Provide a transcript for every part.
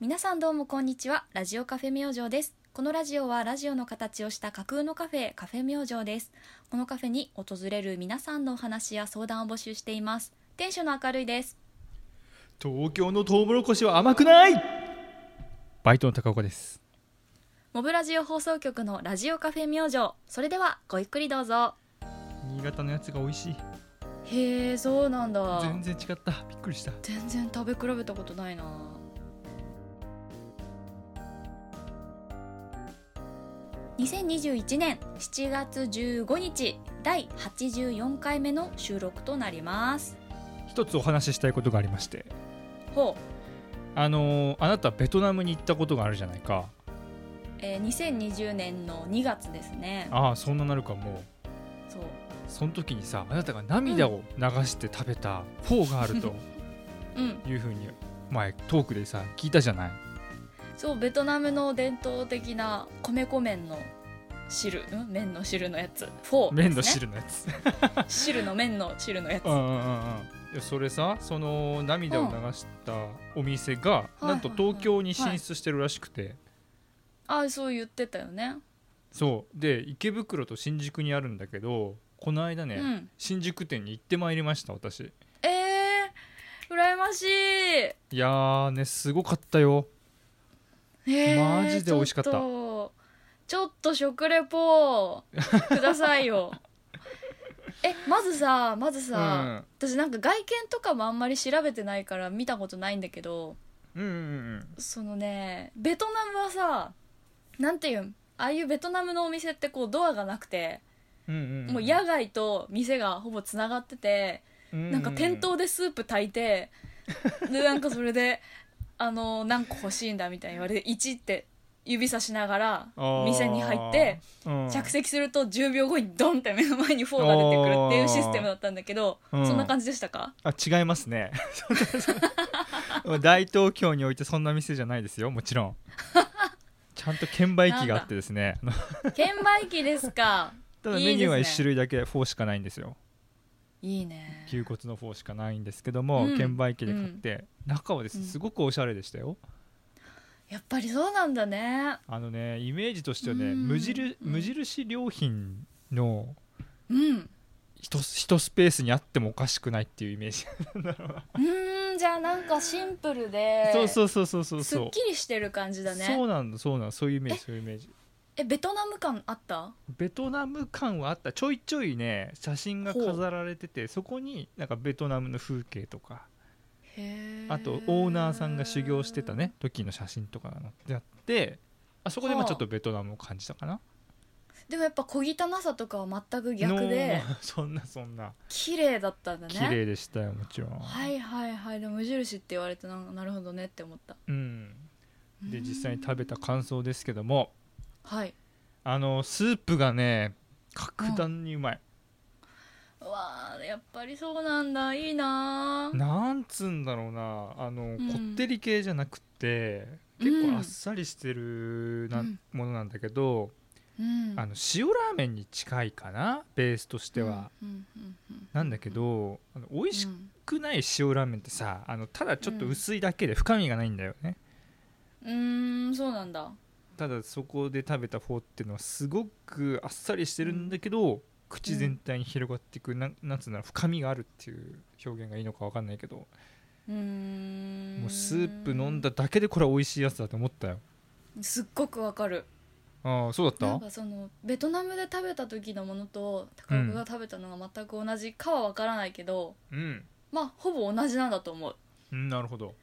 皆さんどうもこんにちはラジオカフェ明星ですこのラジオはラジオの形をした架空のカフェカフェ明星ですこのカフェに訪れる皆さんのお話や相談を募集しています店主の明るいです東京のトウモロコシは甘くないバイトの高岡ですモブラジオ放送局のラジオカフェ明星それではごゆっくりどうぞ新潟のやつが美味しいへえそうなんだ全然違ったびっくりした全然食べ比べたことないな2021年7月15日第84回目の収録となります一つお話ししたいことがありましてほあのーあなたベトナムに行ったことがあるじゃないかう、えー2020年の2月ですねああそんななるかもそうその時にさあなたが涙を流して食べたフォーがあるとうんいうふうに 前トークでさ聞いたじゃないそうベトナムの伝統的な米粉麺の汁ん麺の汁のやつフォー、ね、麺の汁のやつ汁の麺の汁のやつうんうんうんうんいやそれさその涙を流したお店が、うんなんとはいはいはい東京に進出してるらしくて、あそう言ってたよねそうで池袋と新宿にあるんだけどこの間ね、うん新宿店に行ってまいりました私ええー、羨ましい、えいやーねすごかったよーマジで美味しかったちょっとちょっと食レ ポくださいよえまずさまずさ、私なんか外見とかもあんまり調べてないから見たことないんだけどうん、うんうんそのねベトナムはさなんていうんああいうベトナムのお店ってこうドアがなくて、うんうんうんもう野外と店がほぼつながっててなんか店頭でスープ炊い て、でなんかそれであの何個欲しいんだみたいに言われて1って指さしながら店に入って、うんうんうんあーうん着席すると10秒後にドンって目の前にフォーが出てくるっていうシステムだったんだけど、うんそんな感じでしたかあ違いますね 大東京においてそんな店じゃないですよも ちろんちゃんと券売機があってですね券売機ですかただメニューはいいですね1種類だけ4しかないんですよいいね牛骨のフォーしかないんですけども、うん券売機で買って、中はですうんねすごくおしゃれでしたよ、やっぱりそうなんだねあのねイメージとしてはねうん無印うん無印良品のうん一ス一スペースにあってもおかしくないっていうイメージ、うーんじゃあなんかシンプルでそうそうそうそうそうすそっうきりしてる感じだそねうなんだそうなんだそういうイメージそういうイメージえベトナム感あったベトナム感はあったちょいちょいね写真が飾られててそこになんかベトナムの風景とかへーあとオーナーさんが修行してたね時の写真とかが載ってあってあそこでまあはあちょっとベトナムを感じたかなでもやっぱ小汚さとかは全く逆での そんなそんな綺麗だったんだね綺麗でしたよもちろん、はいはいはいでも無印って言われてなんかなるほどねって思ったうん、でうん実際に食べた感想ですけどもはいあのスープがね格段にうまい、うわーやっぱりそうなんだいいなーなんつうんだろうなあの、んこってり系じゃなくって結構あっさりしてるな、うんものなんだけど、うんあの塩ラーメンに近いかなベースとしては、うんうんうんなんだけどあの美味しうんくない塩ラーメンってさあのただちょっと薄いだけで深みがないんだよね、うーんそうなんだただそこで食べたフォーっていうのはすごくあっさりしてるんだけど、口全体に広がっていくなんなんつうの深みがあるっていう表現がいいのかわかんないけどうーんもうスープ飲んだだけでこれは美味しいやつだと思ったよすっごくわかるああそうだなっんたかそのベトナムで食べた時のものと高岡が食べたのが全く同じかはわからないけど、うん、まあほぼ同じなんだと思ううん、なるほど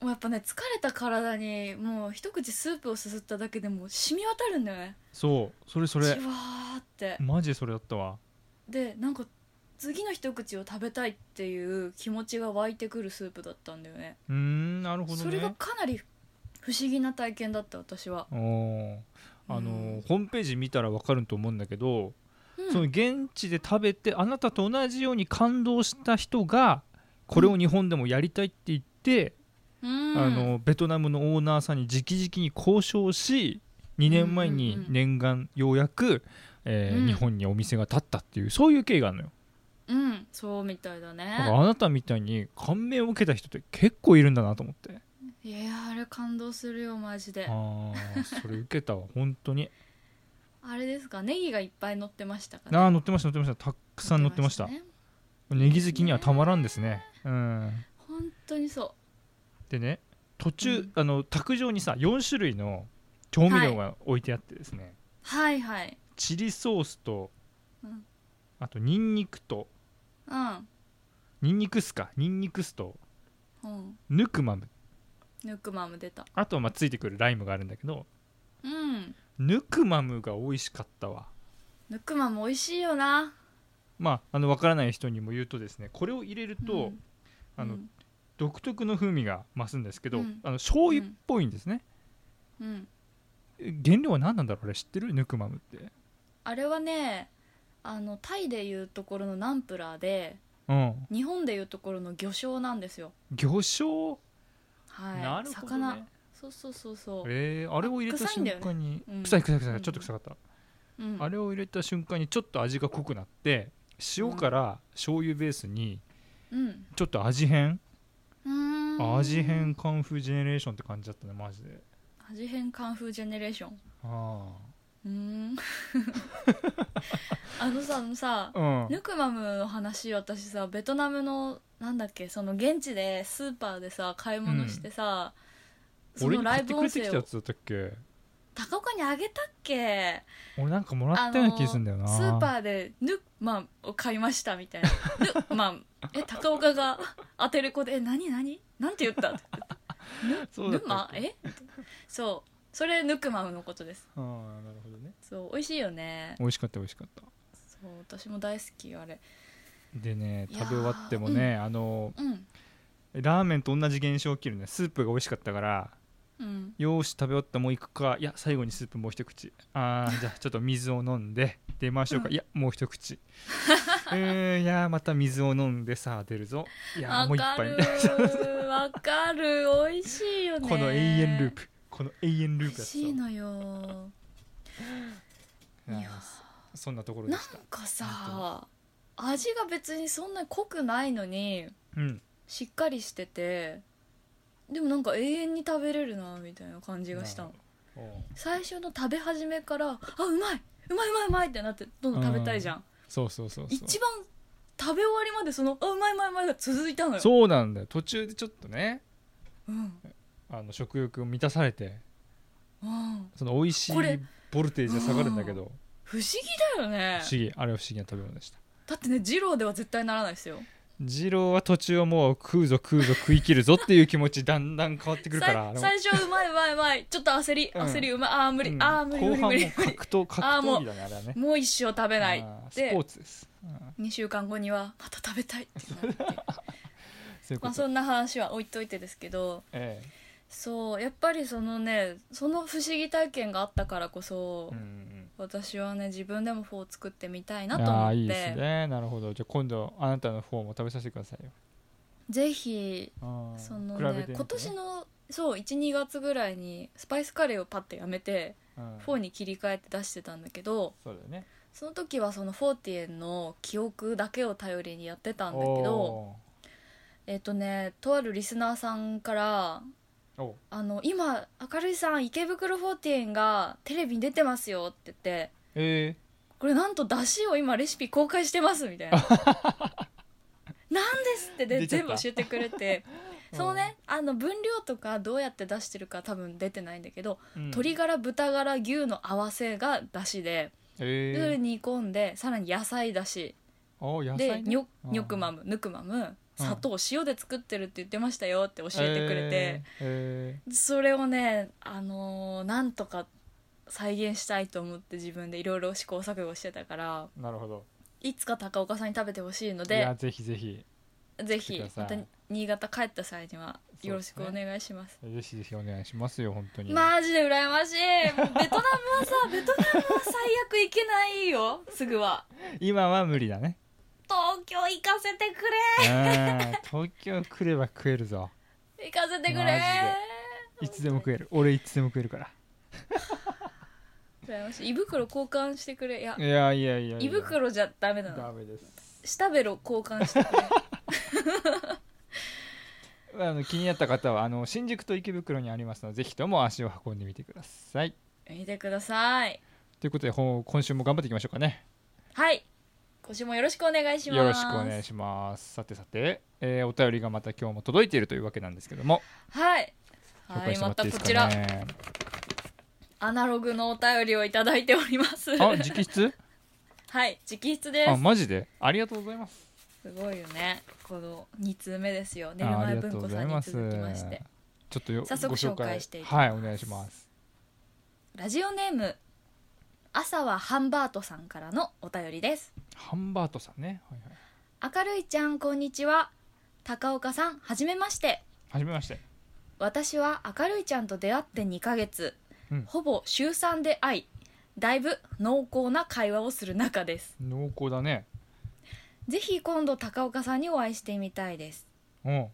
もうやっぱね疲れた体にもう一口スープをすすっただけでもう染み渡るんだよねそうそれそじわれーってマジそれだったわでなんか次の一口を食べたいっていう気持ちが湧いてくるスープだったんだよねうーんなるほどねそれがかなり不思議な体験だった私は、おーあのー、うんホームページ見たらわかると思うんだけど、うんその現地で食べてあなたと同じように感動した人がこれを日本でもやりたいって言って、うんあのベトナムのオーナーさんに直々に交渉し2年前うんうにんうん念願ようやく、えーうん日本にお店が建ったっていうそういう経緯があるのようんそうみたいだだからねあなたみたいに感銘を受けた人って結構いるんだなと思ってへいやーあれ感動するよマジであああそれ受けたわ本 当にれですかネギがいっぱい乗ってましたかねああ乗ってました乗ってましたたっくさん乗ってましたねネギ好きにはたまらんですねうん本当にそでね途中、うんあの卓上にさ4種類の調味料が置いてあってですね、うはいはいチリソースと、うんあとニンニクとうんニンニク酢かニンニク酢とうんヌクマムヌックマム出たあとはまあついてくるライムがあるんだけどうんヌクマムが美味しかったわヌックマム美味しいよなまああの分からない人にも言うとですねこれを入れると、うんあのうん独特の風味が増すんですけど、うんあの醤油っぽいんですね、うん原料は何なんだろうあれ知ってるヌクマムってあれはねあのタイでいうところのナンプラーでうん日本でいうところの魚醤なんですよ魚醤、はいなるほど、魚ね、そうそうそうそう、えーあれを入れたあ臭いん瞬だよね間にうん臭い臭い臭ういんちょっと臭かった、うん、あれを入れた瞬間にちょっと味が濃くなって塩から醤油ベースにうんちょっと味変、うーん味変カンフージェネレーションって感じだったねマジで味変カンフージェネレーションあうー んあのさあのさあうんヌクマムの話私さベトナムのなんだっけその現地でスーパーでさ買い物してさ、そ俺のにラ買イってブくれ音てき声たやをつだったっけ高岡にあげたっけ俺なんかもらったような気がするんだよな、あのースーパーでヌッマンを買いましたみたいなヌッ マンえ高岡が当てる子で「え何何なんて言った?」ってヌそうだッったマっンけえそうそれヌクマムのことですああなるほどねそう美味しいよね美味しかった美味しかったそう私も大好きあれでねいやー食べ終わってもね、あのうんラーメンと同じ現象起きるねスープが美味しかったからうんよーし食べ終わったもう一個かいや最後にスープもう一口あ ーじゃあちょっと水を飲んで出ましょうか、うんいやもう一口うーんいやーまた水を飲んでさあ出るぞいやーわもう一か杯るみたいーわかる美味しいよなねこの永遠ループこの永遠美ルー味プやつしいのよいやそんなところでなんしたかさ味が別にそんなに濃くないのにうんしっかりしててでもなんか永遠に食べれるなみたいな感じがしたのおう最初の食べ始めからあうまいうまいうまいうまいってなってどんどん食べたいじゃん、そうそうそうそう一番食べ終わりまでそのあうまいうまいうまいが続いたのよそうなんだよ途中でちょっとねうんあの食欲を満たされてうん、その美味しいこれボルテージが下がるんだけど不思議だよね不思議あれは不思議な食べ物でしただってね二郎では絶対ならないですよ二郎は途中はもう食うぞ食うぞ食い切るぞっていう気持ちだんだん変わってくるかさいら最初はうまいうまいうまいちょっと焦りうん焦りうまい、ああ無理、うんああ無理無後理無半も理無理格闘格あーもう闘技だねあれはねもう一生食べないあーでスポーツですうん2週間後にはまた食べたいってなってそういうこまあとそんな話は置いといてですけどえそうやっぱりそのねその不思議体験があったからこそ、えうんうん私はね自分でもフォー作ってみたいあなと思っーていいですねなるほどじゃあ今度あなたのフォーも食べさせてくださいよぜひあーその比べねてみて今年のそう12月ぐらいにスパイスカレーをパッてやめてうんフォーに切り替えて出してたんだけどそうだよねその時はそのフォーティエンの記憶だけを頼りにやってたんだけどおえっ、とねとあるリスナーさんからーおあの今明るいさん池袋フォーティエンがテレビに出てますよって言ってえこれなんと出汁を今レシピ公開してますみたい ななんですってで出ちゃっ全た部教えてくれてうんそのねあの分量とかどうやって出してるか多分出てないんだけど、ーうん鶏ガラ豚ガラ牛の合わせが出汁でえそーれ煮込んでさらに野菜だしお野で菜ニねョニョクマムヌクマム砂糖塩で作ってるって言ってましたよって教えてくれて。えそれをねあのーなんとか再現したいと思って自分でいろいろ試行錯誤してたからーなるほどいつか高岡さんに食べてほしいのいやでぜひぜひぜ来ひてくまださたい新潟帰った際にはそうですねよろしくお願いしますぜひぜひお願いしますよ本当にマジで羨まし いもうベトナムはさベトナムは最悪行けないよすぐは今は無理だね東京行かせてくうん東京来れば食えるぞれ行かせてくれマいつでも食える俺いつでも食えるから羨ましい胃袋交換してくれいやいやいやいやいや胃袋じゃダメだなダメです下ベロ交換してくれあの気になった方はあの新宿と池袋にありますのでぜひとも足を運んでみてください見てくださいということでほん今週も頑張っていきましょうかねはい今週もよろしくお願いしますよろしくお願いしますさてさて、えーお便りがまた今日も届いているというわけなんですけどもはい紹は介いしてまもらってたいいこですちからね、アナログのお便りをいただいておりますあ直 筆 はい直筆であすマジでありがとうございますすごいよねこの2通目ですよ寝るああ前りがと文庫うごさざいんにます続きましてちょっとよ早速ご紹紹介介していきますはいお願いしますラジオネーム朝はハンバートさんからのお便りですハンバートさんねはいは明いるいちゃんこんにちは高岡さんはじめましてはじめまして私は明るいちゃんと出会って2ヶ月、うんほぼ週3で会いだいぶ濃厚な会話をする仲です濃厚だねぜひ今度高岡さんにお会いしてみたいですうん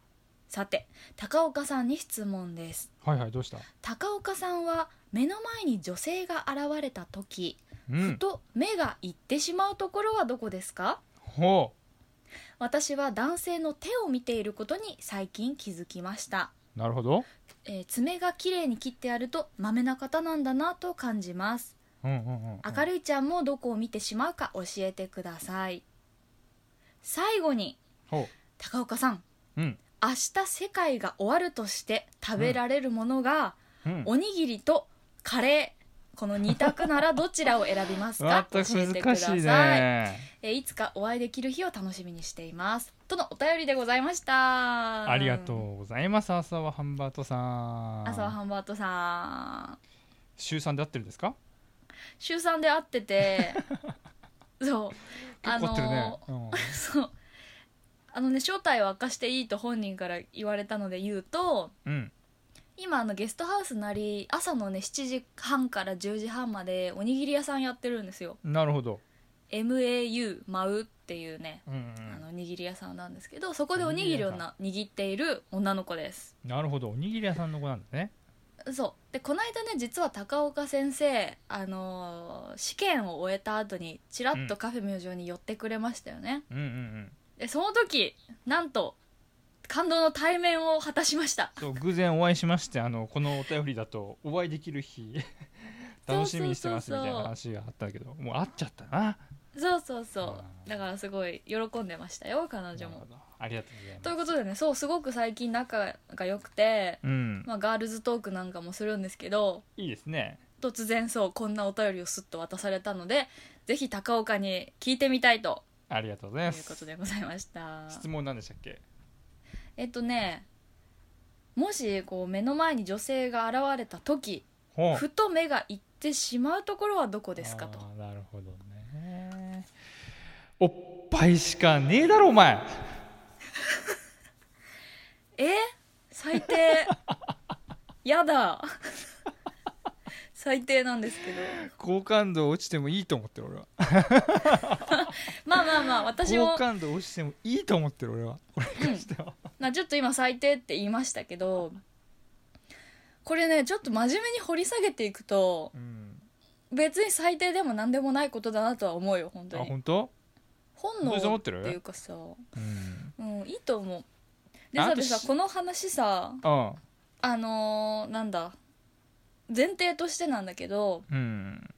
さて高岡さんに質問ですはいはいどうした高岡さんは目の前に女性が現れた時、うふんと目が行ってしまうところはどこですかほ私は男性の手を見ていることに最近気づきました、うなるほどえー爪が綺麗に切ってあるとマメな方なんだなと感じますうんうんうんうん明るいちゃんもどこを見てしまうか教えてください最後にほ高岡さんううん明日世界が終わるとして食べられるものが、うんおにぎりとカレーこの2択ならどちらを選び ますかまた教えてくだ難しさいいねえーいつかお会いできる日を楽しみにしていますとのお便りでございましたありがとうございます朝はハンバートさん朝はハンバートさん週3で合ってるんですか週3で会って てそう結構合ってるね、 そうあのね正体を明かしていいと本人から言われたので言うとうん、うん今あのゲストハウスなり朝のね7時半から10時半までおにぎり屋さんやってるんですよなるほど、 MAU マウっていうねうんうあんのおにぎり屋さんなんですけどそこでおにぎりをな握っている女の子ですなるほどおにぎり屋さんの子なんだねそうでこの間ね実は高岡先生、あのー試験を終えた後にちらっとカフェ明星に寄ってくれましたよね、うんうんうんでその時なんと感動の対面を果たしましたそう偶然お会いしましてあのこのお便りだとお会いでき る日楽しみにしてますみたいな話があったけどもう会っちゃったなそうそうそあうーだからすごい喜んでましたよ彼女なるほもどありがとうございますということでねそうすごく最近仲が良くて、うん、まあ、ガールズトークなんかもするんですけどいいですね突然そうこんなお便りをすっと渡されたのでぜひ高岡に聞いてみたいとありがとうございいまうことすでございました質問なんでしたっけえっとねもしこう目の前に女性が現れた時ほうふと目が行ってしまうところはどこですかとあーなるほどねおっぱいしかねえだろお前え最 低やだ 最低なんですけど好感度落ちてもいいと思ってる俺はまあまあまあ私好も、感度落ちてもいいと思ってる俺は俺からしては、まあ、ちょっと今最低って言いましたけどこれねちょっと真面目に掘り下げていくとうん、別に最低でも何でもないことだなとは思うよ本あ当に本当、本能本当にそう思っっててるいうかさうん、うんいいと思うであさあとでさしこの話さああのーなんだ前提としてなんだけど、うん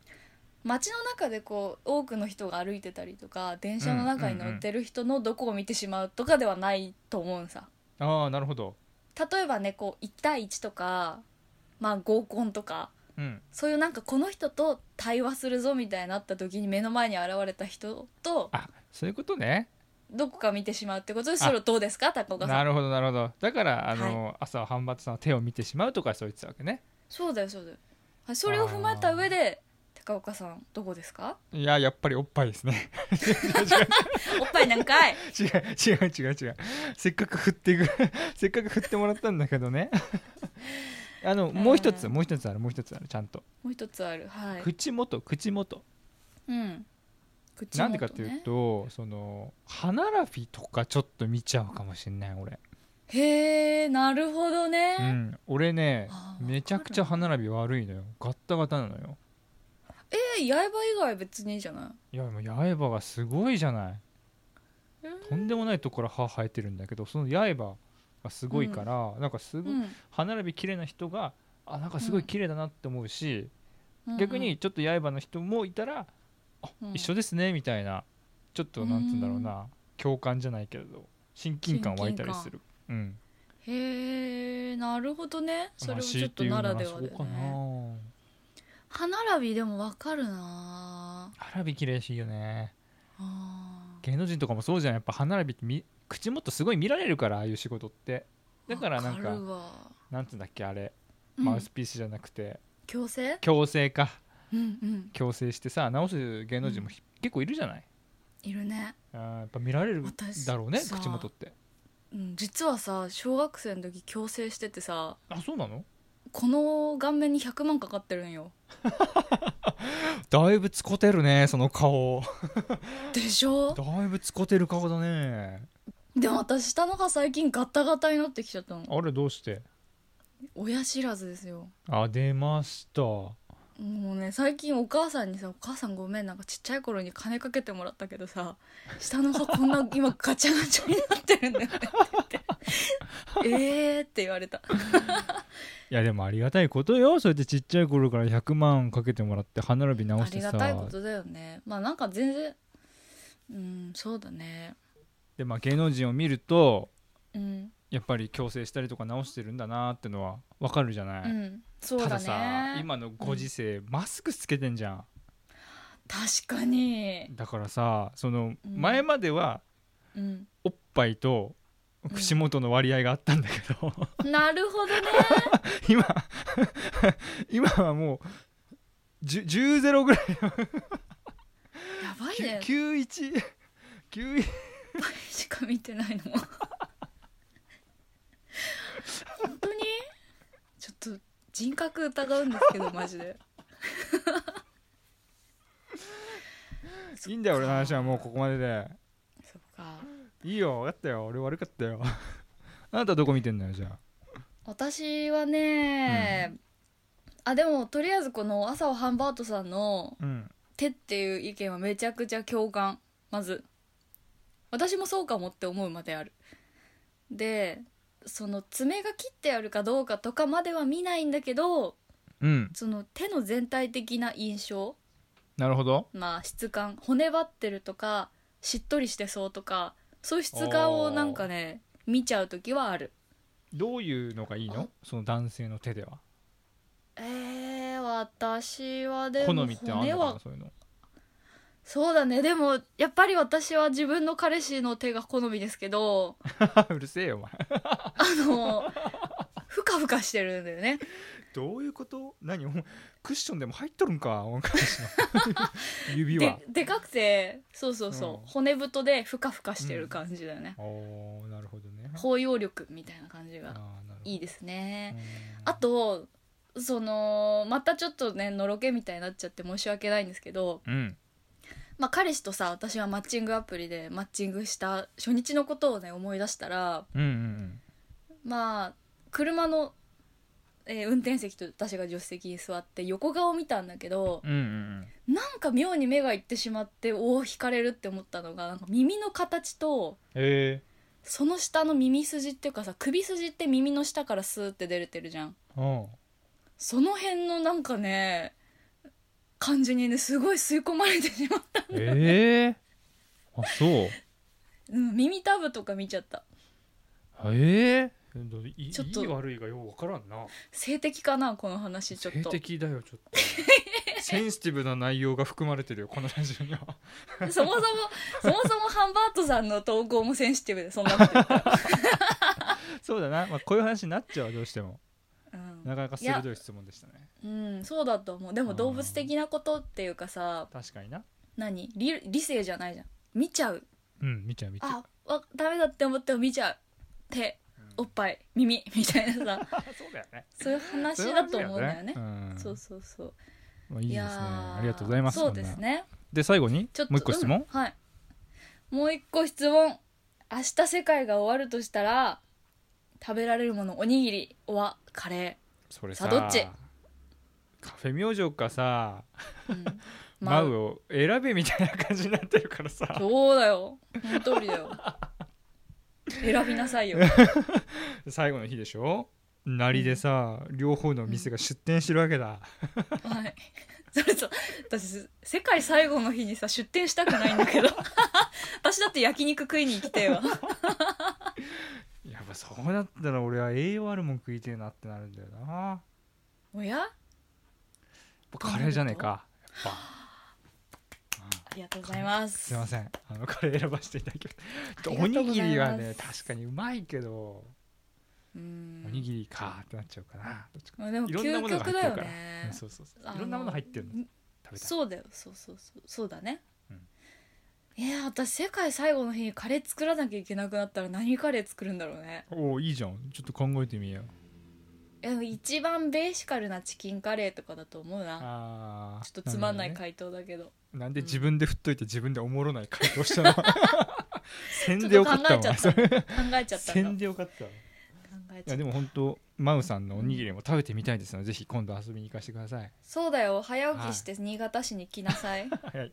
街の中でこう多くの人が歩いてたりとか電車の中に乗ってる人のどこを見てしまうとかではないと思うんさああなるほど例えばねこう1対1とか、まあ、合コンとかうんそういうなんかこの人と対話するぞみたいになった時に目の前に現れた人とあそういうことねどこか見てしまうってことでそれをどうですか高岡さなんるほどなるほどだからあの、朝はハンバートさんの手を見てしまうとかそう言ってたわけねそうだよそうだよはいそれを踏まえた上で高岡さんどこですかいややっぱりおっぱいですね おっぱい何回違う違う違う違うせっかく振っていく せっかく振ってもらったんだけどね あのもう一つうんもう一つあるもう一つあるちゃんともう一つあるはい口元口元うん口元ねなんでかっていうとその歯並びとかちょっと見ちゃうかもしんない俺、へえなるほどね、うん、俺ねあーめちゃくちゃ歯並び悪いのよガッタガタなのよえー、刃以外別にいいじゃないいやもう刃がすごいじゃないうんとんでもないところから歯生えてるんだけどその刃がすごいから、なんかすごうい、ん歯並び綺麗な人があなんかすごい綺麗だなって思うし、うん逆にちょっと刃の人もいたら、あうん一緒ですねみたいなちょっとなんつうんだろうな、共感じゃないけれど親近感湧いたりする。うん、へえなるほどねそれまあも強ちょいってと言うならならでそはこだよかねな歯並びでもわかるな歯並び綺麗らしいよねあー芸能人とかもそうじゃんやっぱ歯並びってみ口元すごい見られるからああいう仕事ってだからなんわかるわなんつうんだっけあれうんマウスピースじゃなくて矯正矯正かうんうん矯正してさ直す芸能人もひ結構いるじゃないいるね、あーやっぱ見られる私だろうねさ口元ってうん、実はさ小学生の時矯正しててさあそうなのこの顔面に100万かかってるんよだいぶつこてるねその顔でしょ だいぶつこてる顔だねでも私下の歯最近ガタガタになってきちゃったのあれどうして親知らずですよあ出ましたもうね最近お母さんにさ「お母さんごめんなんかちっちゃい頃に金かけてもらったけどさ下の歯こん な今ガチャガチャになってるんだよね」って言って「えー」って言われたいやでもありがたいことよそうやってちっちゃい頃から100万かけてもらって歯並び直あしてりさがたいことだよねまあなんか全然うんそうだねでまあ芸能人を見るとうん、やっぱり矯正したりとか直してるんだなってのはわかるじゃない、うん、そうだたねださ今のご時世、マスクつけてんじゃ確かにんだからさそのうん前まではうんおっぱいと口元の割合があったんだけど、 なるほどね今 今はもう10 10ゼロぐらいやばいね9191しか見てないの本当にちょっと人格疑うんですけどマジで いいんだよ俺の話はもうここまででそっかいいよ分かったよ俺悪かったよ あなたどこ見てんのよじゃあ私はね、あでもとりあえずこの朝はハンバートさんのうん「手」っていう意見はめちゃくちゃ共感まず私もそうかもって思うまであるでその爪が切ってあるかどうかとかまでは見ないんだけどうんその手の全体的な印象なるほどまあ質感骨張ってるとかしっとりしてそうとかそういう質感をなんかね見ちゃう時はあるどういうのがいいあのその男性の手ではえー、私はで好もみってあん骨のかはなそういうの そうだねでもやっぱり私は自分の彼氏の手が好みですけどうるせえよお前あのふかふかしてるんだよねどういうこと何お前クッションでも入っとるんかお前彼 氏の指ではでかくてそうそうそう、うん骨太でふかふかしてる感じだよね、おーなるほどね包容力みたいな感じがあーなるほどいいですね、うんあとそのまたちょっとねのろけみたいになっちゃって申し訳ないんですけど、うんまあ、彼氏とさ私はマッチングアプリでマッチングした初日のことをね思い出したらうんうんうんまあ車の、えー運転席と私が助手席に座って横顔見たんだけどうんうんなんか妙に目がいってしまっておお惹かれるって思ったのがなんか耳の形とえその下の耳筋っていうかさ首筋って耳の下からスーって出れてるじゃん。ー、うん その辺のなんかね感じにねすごい吸い込まれてしまった、えー、あそううん、耳たぶとか見ちゃったえー、どいちょっといい悪いがようわからんな性的かなこの話ちょっ性と的だよちょっ とセンシティブな内容が含まれてるよこのラジオにはそもそもそもそもハンバートさんの投稿もセンシティブでそんなこと言ったら、そうだな、まあ、こういう話になっちゃうどうしてもうんなかなか鋭い質問でしたねうん、そうだと思うでも動物的なことっていうかさ確かにな何理理性じゃないじゃん見ちゃううん見ちゃう見ちゃあうわダメだって思っても見ちゃう手おっぱい耳みたいなさ あ そうだよねそういう話だと思うんだよねうんそうそうそうまあいいですねやーありがとうございますそうですそんなねで最後にちょっともう一個質問、うんはいもう一個質問明日世界が終わるとしたら食べられるものおにぎりおわカレそれささあどっちカフェ明星かさー、 うん、マウまを選べみたいな感じになってるからあさそうだよその通りだよ選びなさいよ最後の日でしょなりでさ両方の店が出店してるわけだはい それと私世界最後の日にさ出店したくないんだけ ど私だって焼肉食いに行きてえわやっぱそうなったら俺は栄養あるもん食いてえなってなるんだよなやっおやあぱカレーじゃねえかやっぱ、うんりがとうございますすいませんあのカレー選ばせていただきましたありがおとうございにますぎりはね確かにうまいけど、うおにんぎりかってなっちゃうかなどっちかまあでもいろんな究ものが極入っだてるよから、うんねそうそうそあういろんなもの入ってるの食べたいそうだよそうそうそうそうだね、うんいや私世界最後の日にカレー作らなきゃいけなくなったら何カレー作るんだろうねおおいいじゃんちょっと考えてみよういや一番ベーシカルなチキンカレーとかだと思うなあーちょっとつまんないるほどね回答だけどなんでうん自分で振っといて自分でおもろない回答した の宣ちょっ伝とよ考かったえわちゃったそんれだ考えちゃったんだ宣伝よかったわい考えちゃやっでたも本当マウさんのおにぎりも食べてみたいですのでぜひ今度遊びに行かせてくださいそうだよ早起きして新潟市に来なさい、 はい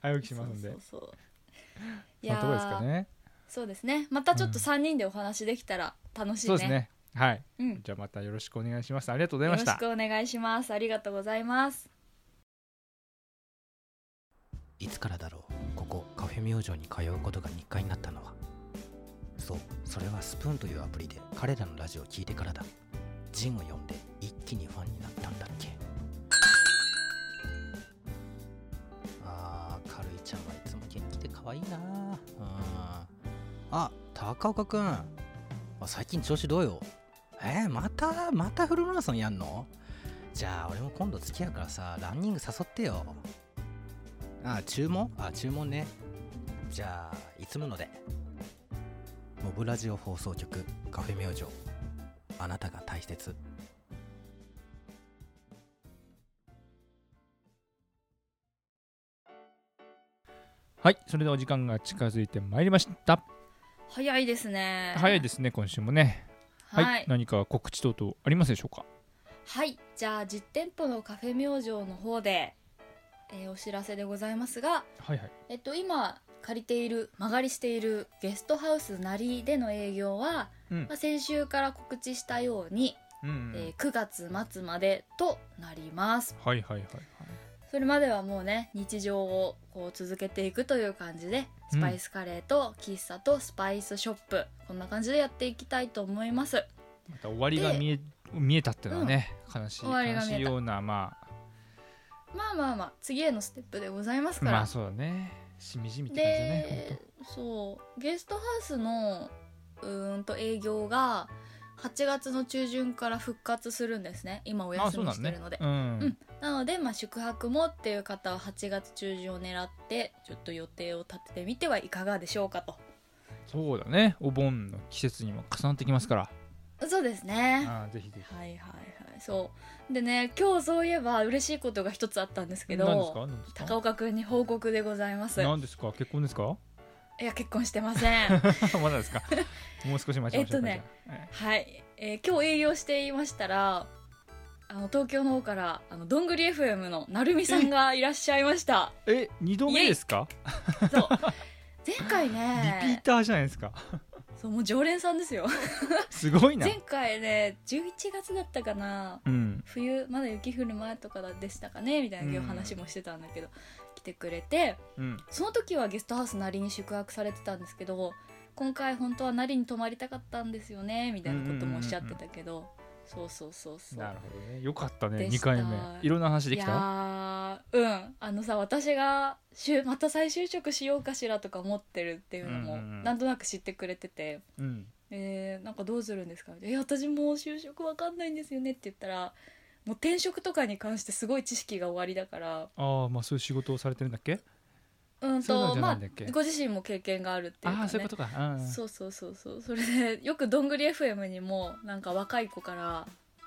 早起きしますんでそうそうそういそんやなとこですかーねそうですねまたちょっと3人でお話できたら楽しいね,、そうですねはいうんじゃあまたよろしくお願いしますありがとうございよまろししたくお願いしますありがとうございますいつからだろうここカフェ明星に通うことが日課になったのはそうそれはスプーンというアプリで彼らのラジオを聞いてからだジンを呼んで一気にファンになったんだっけあー軽いちゃんはいつも元気で可愛いなうんあ高岡くんあ最近調子どうよえー、またまたフルマラソンやんのじゃあ俺も今度付き合うからさランニング誘ってよあ注文あ注文ねじゃあいつものでモブラジオ放送局カフェ明星あなたが大切はいそれではお時間が近づいてまいりました早いですね早いですすね今週もねはい、はい何か告知等々ありますでしょうかはいじゃあ実店舗のカフェ明星の方で、えーお知らせでございますがはいはいえっと今借りている間借りしているゲストハウスなりでの営業は、うんまあ、先週から告知したように、うんうんえー9月末までとなりますはいはいはいはいそれまではもうね日常をこう続けていくという感じでうんスパイスカレーと喫茶とスパイスショップ、こんな感じでやっていきたいと思いますまた終わりが見え見えたっていうのはね、悲しい終わり悲が見えたしいようなままあまあまあ次へのステップでございますあから、まあそうだねしみじみって感じだねでそうゲストハウスのうーんと営業が8月の中旬から復活するんですね今おほんとあ休そうみなしのてねるのでうん、うんなので、まあ、宿泊もっていう方は8月中旬を狙ってちょっと予定を立ててみてはいかがでしょうかとそうだねお盆の季節にも重なってきますからそうですねああぜひぜひはいはいはいそうでね今日そういえば嬉しいことが一つあったんですけど何ですか何です高か岡君に報告でございますい何ですか結 婚ですかや結婚してませ んまだですかもう少し待ちましょうか、えっとねじゃあえはい、えー今日営業していましたらあの東京の方からあのどんぐり FM のなるみさんがいらっしゃいましたえ二度目ですかそう前回リピーねターじゃないですかそうもう常連さんですよすごいな前回ね11月だったかなうん冬まだ雪降る前とかでしたかねみたいなお話もしてたんだけど、来てくれてうんその時はゲストハウスなりに宿泊されてたんですけど今回本当はなりに泊まりたかったんですよねみたいなこともおっしゃってたけど、そうそうそうそうなるほどねよかったねで二した回目いろんな話でいきやたーうんあのさ私が就また再就職しようかしらとか思ってるっていうのも、うんうんうんなんとなく知ってくれてて。うんえーなんかどうするんですか?」みたいなえ私もう就職わかんないんですよね」って言ったらもう転職とかに関してすごい知識がおありだからああまあそういう仕事をされてるんだっけうんそうなんとじゃまないあんだっけご自身も経験があるっていうあか、あね、ーそういうことかうんうんそうそうそうそうそれでよくどんぐり FM にもなんか若い子から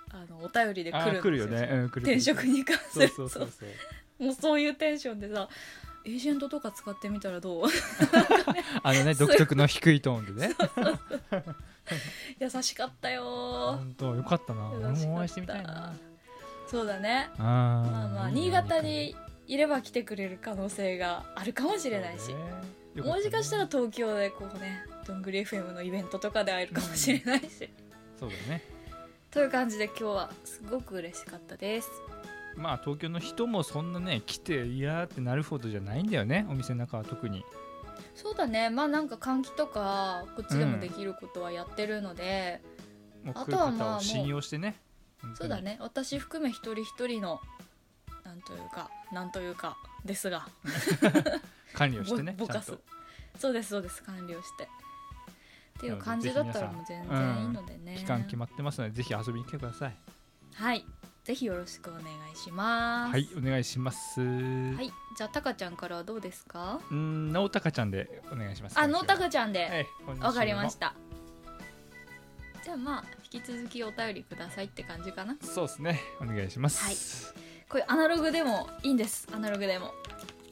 あのお便りであ来るんですよー来るよね、うん、来る転職に関すそうるそうそうそうそうもうそういうテンションでさエージェントとか使ってみたらどう あのねそう独特の低いトーンでね優しかったよ本当よかったな俺優しもおかっ会いしてみたいたなそうだねあーまあまあ新潟にいれば来てくれる可能性があるかもしれないし、そうねよかったねもしかしたら東京でこうねどんぐり FM のイベントとかで会えるかもしれないし、そうだねという感じで今日はすごく嬉しかったですまあ東京の人もそんなね来ていやーってなるほどじゃないんだよねお店の中は特にそうだねまあなんか換気とかこっちでもできることはやってるので、もうあ来とるはまあ方もをう信用してね本当にそうだね私含め一人一人のなんというかなんというかですが管理をしてねぼぼちかゃんすとそうですそうです完了してっていう感じなだのでったらもうぜ全ひ皆さん然いいのでね、期間決まってますのでぜひ遊びに来てくださいはいぜひよろしくお願いしますはいお願いしますはいいじゃあたかちゃんからはどうですかうんのたかちゃんでお願いしますあのたちかちゃんゃではい今週もわかりましたじゃあまあ引き続きお便りくださいって感じかなそうですねお願いしますこういうアナログでもいいんですアナログでも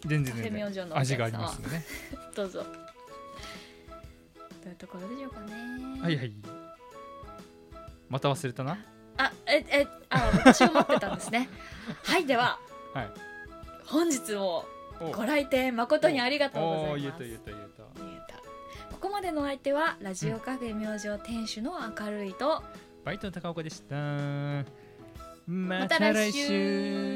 全然カフェ明全星のお客様然味がありますんでねどうぞどういうところでしょうかねはいはいまた忘れたなあええあ私を待ってたんですね はいでははい本日もおご来店誠にありがとうござおーい言えまたす言えた言えた言えたここまでのお相手はラジオカフェ明星店主の明るいと、バイトの高岡でしたまた来週た来週